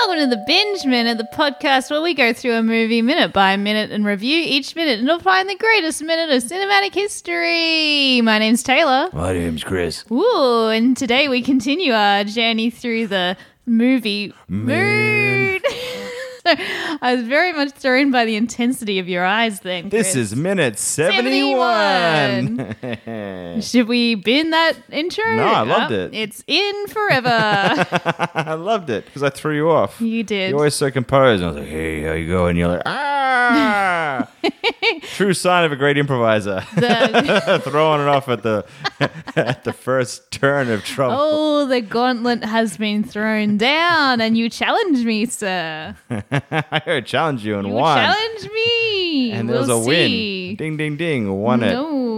Welcome to the binge minute, the podcast where we go through a movie minute by minute and review each minute and find the greatest minute of cinematic history. My name's Taylor. My name's Chris. Ooh, and today we continue our journey through the movie mood. So, I was very much thrown by the intensity of your eyes then. This Chris. is minute 71. Should we bin that intro? No, I loved Oh, it. It's in forever. I loved it because I threw you off. you did. You're always so composed. And I was like, hey, how you going? You're like, ah. True sign of a great improviser. The- Throwing it off at the at the first turn of trouble. oh, the gauntlet has been thrown down, and you challenge me, sir. I heard challenge you and Oh. You won. challenge me. and there we'll was a see. win. Ding, ding, ding. Won it.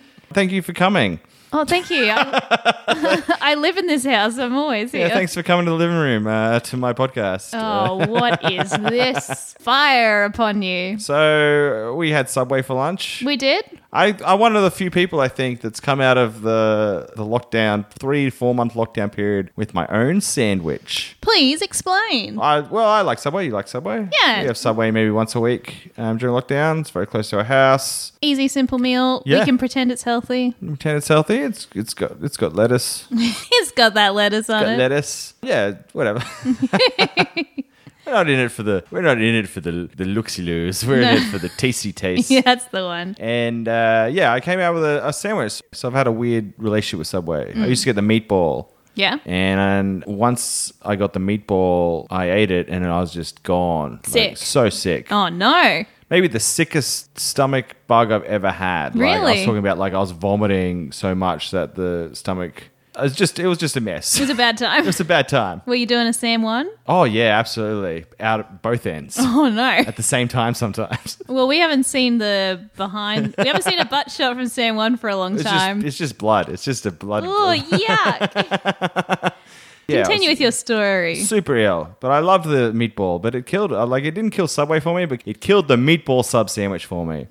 No. Thank you for coming. oh, thank you. I, I live in this house. I'm always Yeah, here. thanks for coming to the living room uh, to my podcast. Uh, Oh, what is this fire upon you? so we had Subway for lunch. We did. I, I'm one of the few people I think that's come out of the the lockdown three four month lockdown period with my own sandwich. Please explain. I well I like Subway. You like Subway? Yeah. We have Subway maybe once a week um, during lockdown. It's very close to our house. Easy, simple meal. Yeah. We can pretend it's healthy. Pretend it's healthy. It's it's got it's got lettuce. it's got that lettuce on got it. lettuce. Yeah, whatever. we're not in it for the we're not in it for the the looksy loos. We're No. in it for the tasty taste. Yeah, that's the one. And uh, yeah, I came out with a, a sandwich. So I've had a weird relationship with Subway. Mm. I used to get the meatball. Yeah. And once I got the meatball, I ate it and I was just gone. Like, Sick. so sick. Oh no. Maybe the sickest stomach bug I've ever had. Like, I was Really? talking about like I was vomiting so much that the stomach. It was just it was just a mess. It was a bad time. it was a bad time. Were you doing a Sam one? Oh yeah, absolutely. Out at both ends Oh no. at the same time sometimes. Well, we haven't seen the behind. We haven't seen a butt shot from Sam one for a long It's time. just it's just blood. It's just a blood. Oh yuck. Yeah, it Continue was- with your story. Super ill, but I loved the meatball. But it killed, uh, like, it didn't kill Subway for me, but it killed the meatball sub sandwich for me.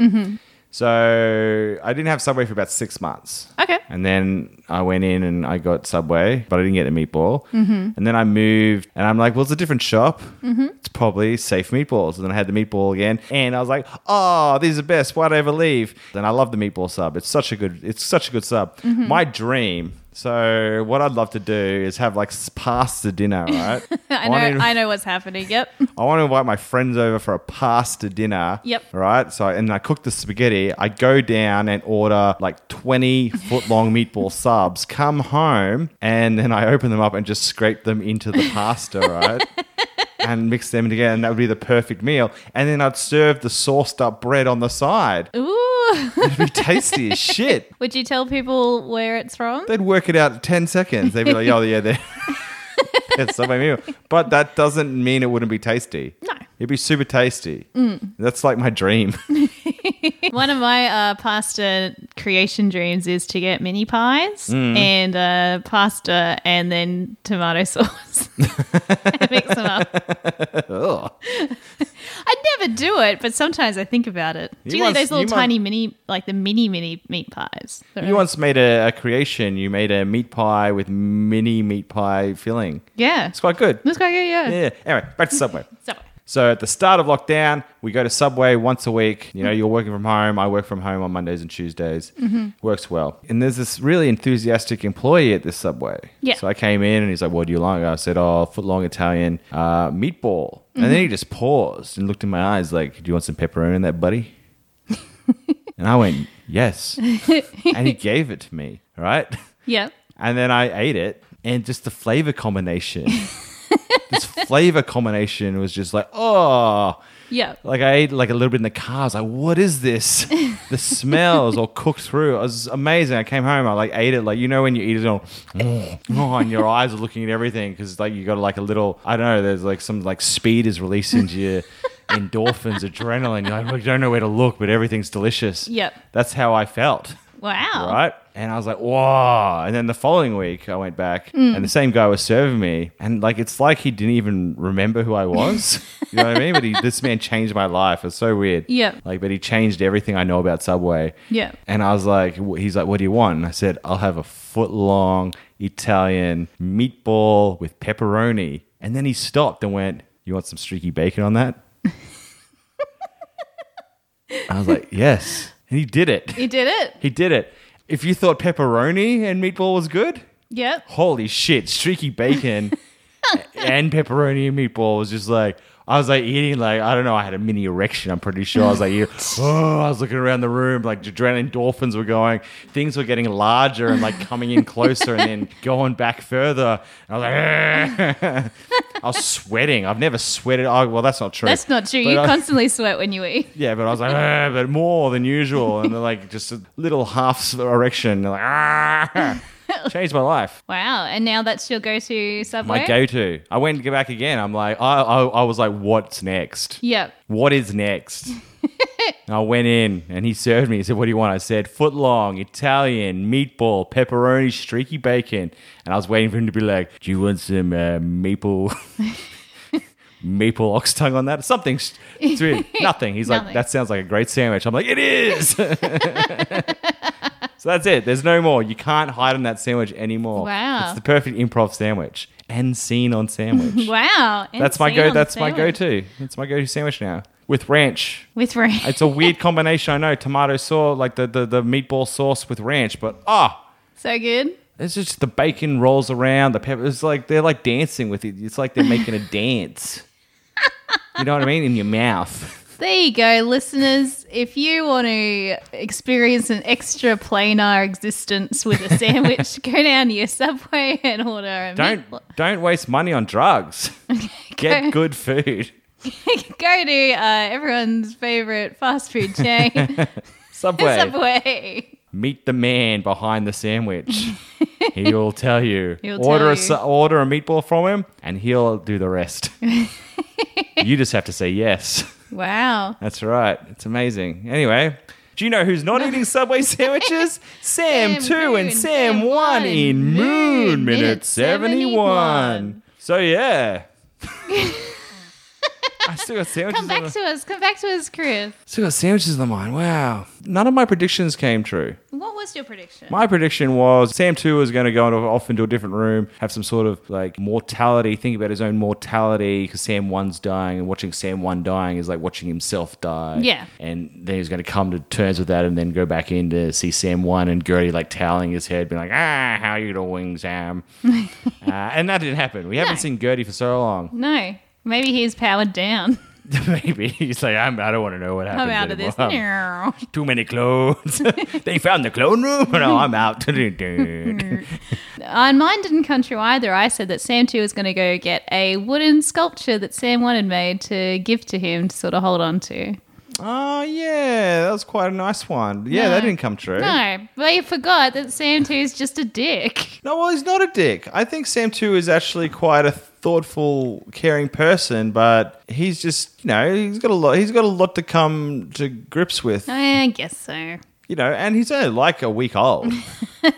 So I didn't have Subway for about six months. Okay. And then I went in and I got Subway, but I didn't get the meatball. Mm-hmm. And then I moved and I'm like, well, it's a different shop. Mm-hmm. It's probably safe meatballs. And then I had the meatball again. And I was like, oh, these are the best. Why'd I ever leave? Then I love the meatball sub. It's such a good, it's such a good sub. Mm-hmm. My dream. So what I'd love to do is have like s- pasta dinner, right? I know. wanna- I know what's happening. Yep. I want to invite my friends over for a pasta dinner. Yep. Right. So, and I cook the spaghetti. I go down and order like 20 foot long meatball subs, come home, and then I open them up and just scrape them into the pasta, right? And mix them together, and that would be the perfect meal. And then I'd serve the sauced up bread on the side. Ooh. It'd be tasty as shit. Would you tell people where it's from? They'd work it out in 10 seconds. They'd be like, oh, yeah, they're. That's so my meal. But that doesn't mean it wouldn't be tasty. No. It'd be super tasty. That's like my dream. One of my uh, pasta creation dreams is to get mini pies Mm. and uh, pasta and then tomato sauce. Mix them up. Ugh. I'd never do it, but sometimes I think about it. Do You you like once- those little you tiny mini, like the mini mini meat pies? You once made a, a creation. You made a meat pie with mini meat pie filling. yeah. It's quite good. That's quite good, yeah. Yeah. Anyway, back to Subway. So, So at the start of lockdown, we go to Subway once a week. You know, you're working from home. I work from home on Mondays and Tuesdays. Works well. And there's this really enthusiastic employee at this Subway. Yeah. So I came in and he's like, "What do you like?" I said, "Oh, foot long Italian uh, meatball." And then he just paused and looked in my eyes like, "Do you want some pepperoni in that, buddy?" and I went, "Yes." and he gave it to me. Right. yeah. And then I ate it, and just the flavor combination. this flavor combination was just like, oh, Yeah. like I ate like a little bit in the car. I was like, what is this? The smells all cooked through. It was amazing. I came home, I like ate it. Like, you know, when you eat it, all, oh, oh, and your eyes are looking at everything because like you got like a little, I don't know, there's like some like speed is released into your endorphins, adrenaline. You're like, I don't know where to look, but everything's delicious. Yep. That's how I felt Wow. right? And I was like, whoa. And then the following week, I went back and the same guy was serving me. And like, it's like he didn't even remember who I was. you know what I mean? But he, this man changed my life. It's so weird. Yeah. Like, but he changed everything I know about Subway. Yeah. And I was like, wh- he's like, what do you want? And I said, I'll have a foot long Italian meatball with pepperoni. And then he stopped and went, you want some streaky bacon on that? I was like, yes. And he did it. You did it. He did it. If you thought pepperoni and meatball was good, Yep. holy shit, streaky bacon and pepperoni and meatball was just like I was like eating like I don't know. I had a mini erection. I'm pretty sure I was like, yeah. oh, I was looking around the room like adrenaline dolphins were going. Things were getting larger and like coming in closer and then going back further. And I was like, "Ugh." I was sweating. I've never sweated. Oh, well, that's not true. That's not true. But you I- constantly sweat when you eat. yeah, but I was like, "Ah," but more than usual, and they're like just a little half erection. They're like, ah, changed my life. Wow. And now that's your go to subway? My go-to. I went to go back again. I'm like, I, I, I was like, what's next? Yep. What is next? And I went in and he served me. He said, What do you want? I said, Foot long, Italian, meatball, pepperoni, streaky bacon. And I was waiting for him to be like, Do you want some uh, maple? Maple ox tongue on that, something, s- it's really nothing. He's like, Nothing. that sounds like a great sandwich. I'm like, it is. so that's it. There's no more. You can't hide on that sandwich anymore. Wow. it's the perfect improv sandwich and seen on sandwich. Wow. that's my Insane on go. the That's my sandwich. go-to. That's my go-to sandwich now with ranch. With ranch. It's a weird combination, I know. Tomato sauce, like the, the, the meatball sauce with ranch, but ah, so good. it's just the bacon rolls around. The pepper, it's like they're like dancing with it. It's like they're making a dance. You know what I mean? In your mouth. There you go, listeners. If you want to experience an extra planar existence with a sandwich, go down to your subway and order a Don't meatball. don't waste money on drugs. Get Go- good food. go to uh, everyone's favorite fast food chain, Subway. Subway. Meet the man behind the sandwich. he'll tell you. He'll order tell a su- order a meatball from him, and he'll do the rest. you just have to say yes. Wow. That's right. It's amazing. Anyway, do you know who's not eating Subway sandwiches? Sam, Sam 2 and Sam 1 in Moon Minute 71. So, yeah. I still got sandwiches. Come on back the- to us. Come back to us, Chris. still got sandwiches in the mind. Wow. None of my predictions came true. What was your prediction? My prediction was Sam 2 was going to go into, off into a different room, have some sort of like mortality, think about his own mortality because Sam 1's dying and watching Sam 1 dying is like watching himself die. Yeah. And then he's going to come to terms with that and then go back in to see Sam 1 and Gertie like toweling his head, being like, ah, how you doing, Sam? uh, and that didn't happen. We haven't No. seen Gertie for so long. no. Maybe he's powered down. Maybe he's like, I'm, I don't want to know what happened. I'm out of this. Too many clones. they found the clone room. No, I'm out. Uh, And mine didn't come true either. I said that Sam 2 was going to go get a wooden sculpture that Sam 1 had made to give to him to sort of hold on to. Oh yeah, that was quite a nice one. Yeah, that No. didn't come true. No. No, but you forgot that Sam 2 is just a dick. well, he's not a dick. I think Sam Two is actually quite a thoughtful, caring person, but he's just you know he's got a lot. He's got a lot to come to grips with. I guess so. You know, and he's only like a week old.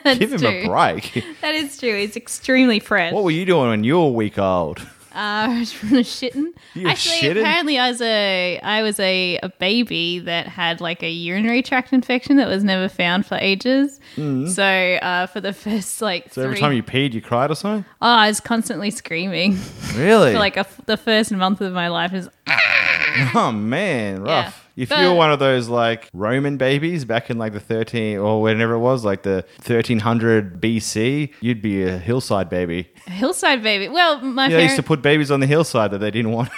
Give him a true. break. That is true. He's extremely fresh. what were you doing when you were a week old? Uh, I was really shitting. You were Actually, shitting? apparently, I was a I was a, a baby that had like a urinary tract infection that was never found for ages. So uh, for the first like Mm. So three, every time you peed, you cried or something. oh, I was constantly screaming Really? for like a, the first month of my life. Is Oh man, rough. Yeah. If But- you were one of those like Roman babies back in like the 13 or whenever it was, like the 1300 BC, you'd be a hillside baby. hillside baby. Well, my Yeah, they used to parents. put babies on the hillside that they didn't want.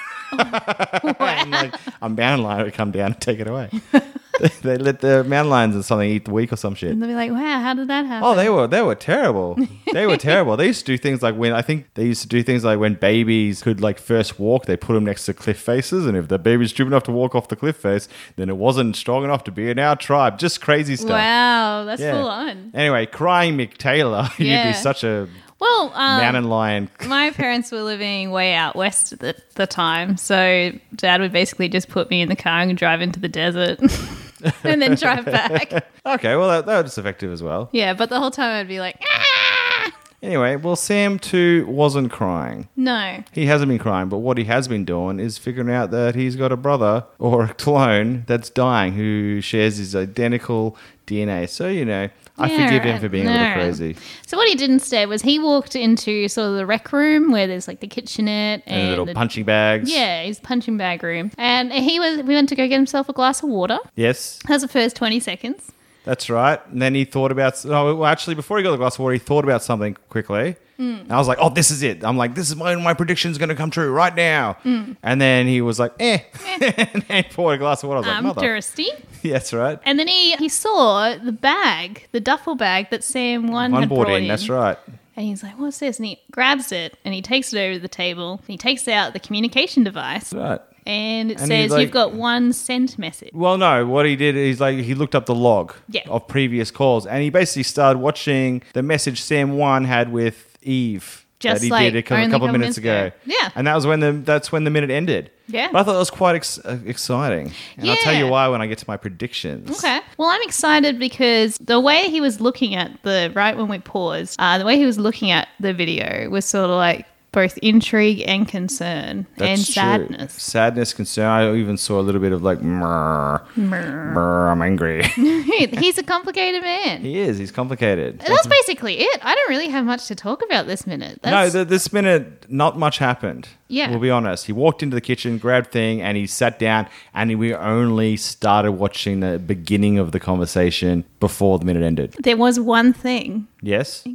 and like a mountain lion would come down and take it away. they, they let the mountain lions and something eat the week or some shit. and they'll be like, "Wow, how did that happen?" Oh, they were they were terrible. They were terrible. They used to do things like when I think they used to do things like when babies could like first walk, they put them next to cliff faces, and if the baby's stupid enough to walk off the cliff face, then it wasn't strong enough to be in our tribe. Just crazy stuff. wow, that's Yeah. full on. Anyway, crying Mick Taylor, Yeah. you'd be such a Well, man um, and lion. my parents were living way out west at the, the time, so dad would basically just put me in the car and drive into the desert. and then drive back. Okay, well, that, that was effective as well. Yeah, but the whole time I'd be like, ah! Anyway, well, Sam too wasn't crying. No. He hasn't been crying, but what he has been doing is figuring out that he's got a brother or a clone that's dying who shares his identical DNA. So, you know, I Yeah, forgive him right. for being a No. little crazy. So what he did instead was he walked into sort of the rec room where there's like the kitchenette and, And the little the- punching bags. yeah, his punching bag room, and he was. We went to go get himself a glass of water. Yes, That was the first twenty seconds. that's right. And then he thought about, oh, well, actually, before he got the glass of water, he thought about something quickly. Mm. And I was like, oh, this is it. I'm like, this is my, my prediction's going to come true right now. Mm. And then he was like, eh. and then he poured a glass of water. I was I'm like, mother. thirsty. Yeah, that's right. Um, And then he, he saw the bag, the duffel bag that Sam one, One had board brought in, in. that's right. And he's like, "What's this?" And he grabs it and he takes it over to the table. And he takes out the communication device, That's right. and it And he's says, like- "You've got one sent message." Well, no. What he did is like he looked up the log Yeah. of previous calls, and he basically started watching the message Sam One had with Eve Just that he like did a cou- only couple, a couple minutes minutes ago. ago. Yeah. and that was when the that's when the minute ended. Yeah. but I thought that was quite ex- uh, exciting, and I'll tell you Yeah. why when I get to my predictions. Okay. Well, I'm excited because the way he was looking at the right when we paused, uh, the way he was looking at the video was sort of like both intrigue and concern and That's true. sadness. sadness, concern. I even saw a little bit of like, "Mrr, Mrr. mrr, I'm angry. He's a complicated man. he is. He's complicated. And That's basically it. I don't really have much to talk about this minute. That's, no, th- this minute, not much happened. Yeah. We'll be honest. He walked into the kitchen, grabbed thing, and he sat down, and we only started watching the beginning of the conversation before the minute ended. there was one thing. Yes?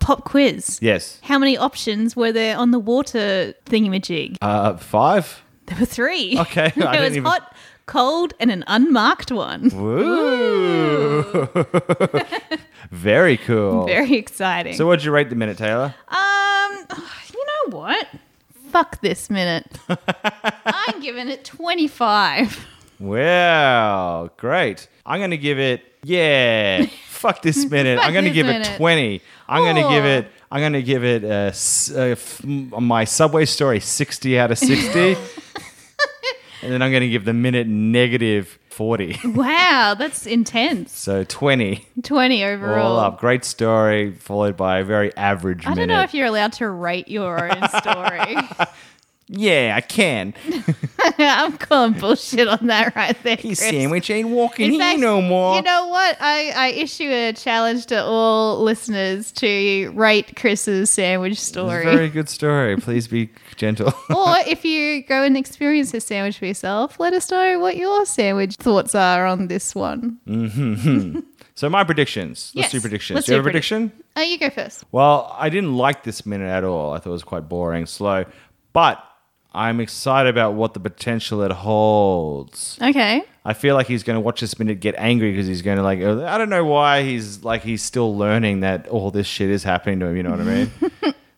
Pop quiz. Yes. How many options were there on the water thingamajig? Uh, five? There were three. Okay, I there didn't was even- hot, cold, and an unmarked one. Ooh. Very cool. Very exciting. so, what'd you rate the minute, Taylor? Um, you know what? Fuck this minute. I'm giving it 25. Wow, great. I'm going to give it, yeah, fuck this minute. Fuck I'm going to this give it minute. 20. I'm going to give Aw. it, I'm going to give it uh, s- uh, f- m- my Subway story 60 out of 60. and then I'm going to give the minute negative 40. Wow, that's intense. So 20 20 all overall. up. Great story, followed by a very average I don't minute. know if you're allowed to rate your own story. yeah, I can. I'm calling bullshit on that right there. His Chris. sandwich ain't walking In here fact, no more. You know what? I, I issue a challenge to all listeners to rate Chris's sandwich It's a story. very good story. Please be gentle. or if you go and experience a sandwich for yourself, let us know what your sandwich thoughts are on this one. So my predictions. Let's Yes. do predictions. Let's do you do have a predict- prediction? Oh, you go first. Well, I didn't like this minute at all. I thought it was quite boring, slow. But I'm excited about what the potential it holds. Okay. I feel like he's going to watch this minute get angry because he's going to like. uh, I don't know why he's like he's still learning that all this shit is happening to him. You know what I mean?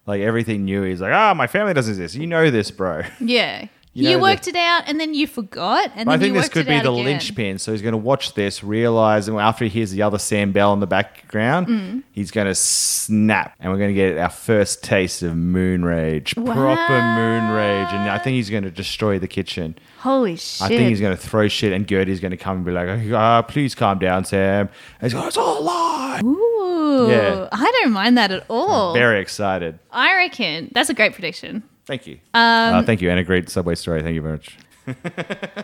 like everything new, he's like, ah, my family doesn't exist. You know this, bro. Yeah. You You, know, worked it out and then you forgot and But then I think you this worked could it be out the again. linchpin. So he's going to watch this, realize, and after he hears the other Sam Bell in the background, Mm. he's going to snap, and we're going to get our first taste of moon rage, proper moon rage. And I think he's going to destroy the kitchen. Holy shit. I think he's going to throw shit, and Gertie's going to come and be like, "Ah, please calm down, Sam." And he's going, "It's all a lie." Ooh. Yeah. I don't mind that at all. Very excited. I reckon that's a great prediction. Thank you. Um, Uh, thank you, and a great subway story. Thank you very much.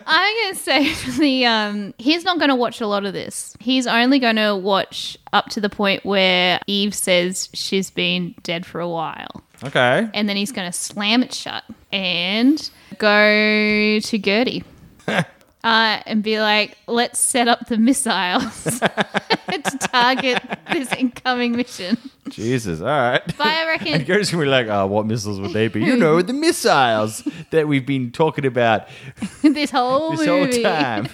I'm going to say for the um he's not going to watch a lot of this. He's only going to watch up to the point where Eve says she's been dead for a while. Okay. and then he's going to slam it shut and go to Gertie uh, and be like, let's set up the missiles to target this incoming mission. Jesus. All right. But I And reckon, Gary's gonna be like, oh, what missiles would they be? You know, the missiles that we've been talking about this whole this whole movie. time.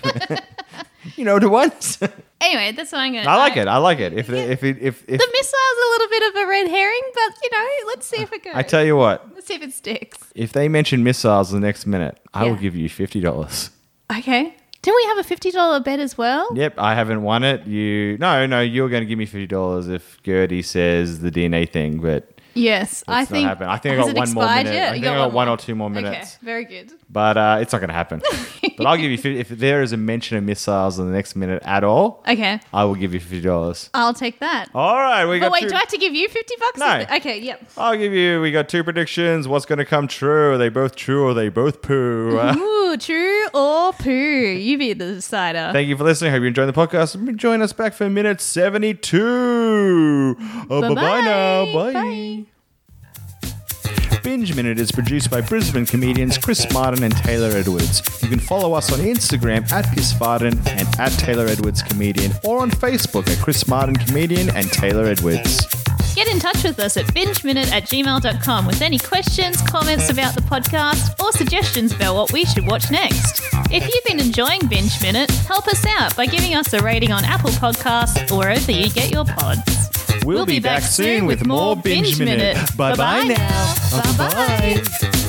you know, the ones. Anyway, that's what I'm going to I like it. I like it. If the, if it, if if The missile's a little bit of a red herring, but you know, let's see if it goes. I tell you what, let's see if it sticks. if they mention missiles the next minute, I will Yeah. give you fifty dollars. Okay. Didn't we have a $50 bet as well? Yep, I haven't won it. You no, no, you're going to give me fifty dollars if Gertie says the DNA thing, but Yes, I It's not think. happening. I think I has got it one more expired minute. yet? I You think I got one or two more minutes. Okay, very good. But uh, it's not going to happen. but I'll give you 50, if there is a mention of missiles in the next minute at all, Okay, I will give you fifty dollars. I'll take that. All right, we but got. wait, two, do I have to give you fifty bucks? No. Okay, yep. I'll give you. We got two predictions. What's going to come true? Are they both true or are they both poo? Uh, Ooh, true or poo? You be the decider. Thank you for listening. Hope you enjoyed the podcast. Join us back for minute 72. Uh, bye bye now. Bye. Bye. Binge Minute is produced by Brisbane comedians Chris Martin and Taylor Edwards. You can follow us on Instagram at Chris Martin and at Taylor Edwards Comedian or on Facebook at Chris Martin Comedian and Taylor Edwards. Get in touch with us at bingeminute at gmail.com with any questions, comments about the podcast, or suggestions about what we should watch next. If you've been enjoying Binge Minute, help us out by giving us a rating on Apple Podcasts or wherever you get your pods. We'll, be, back, soon with more Binge Minute. Bye bye now. Bye bye. Bye-bye.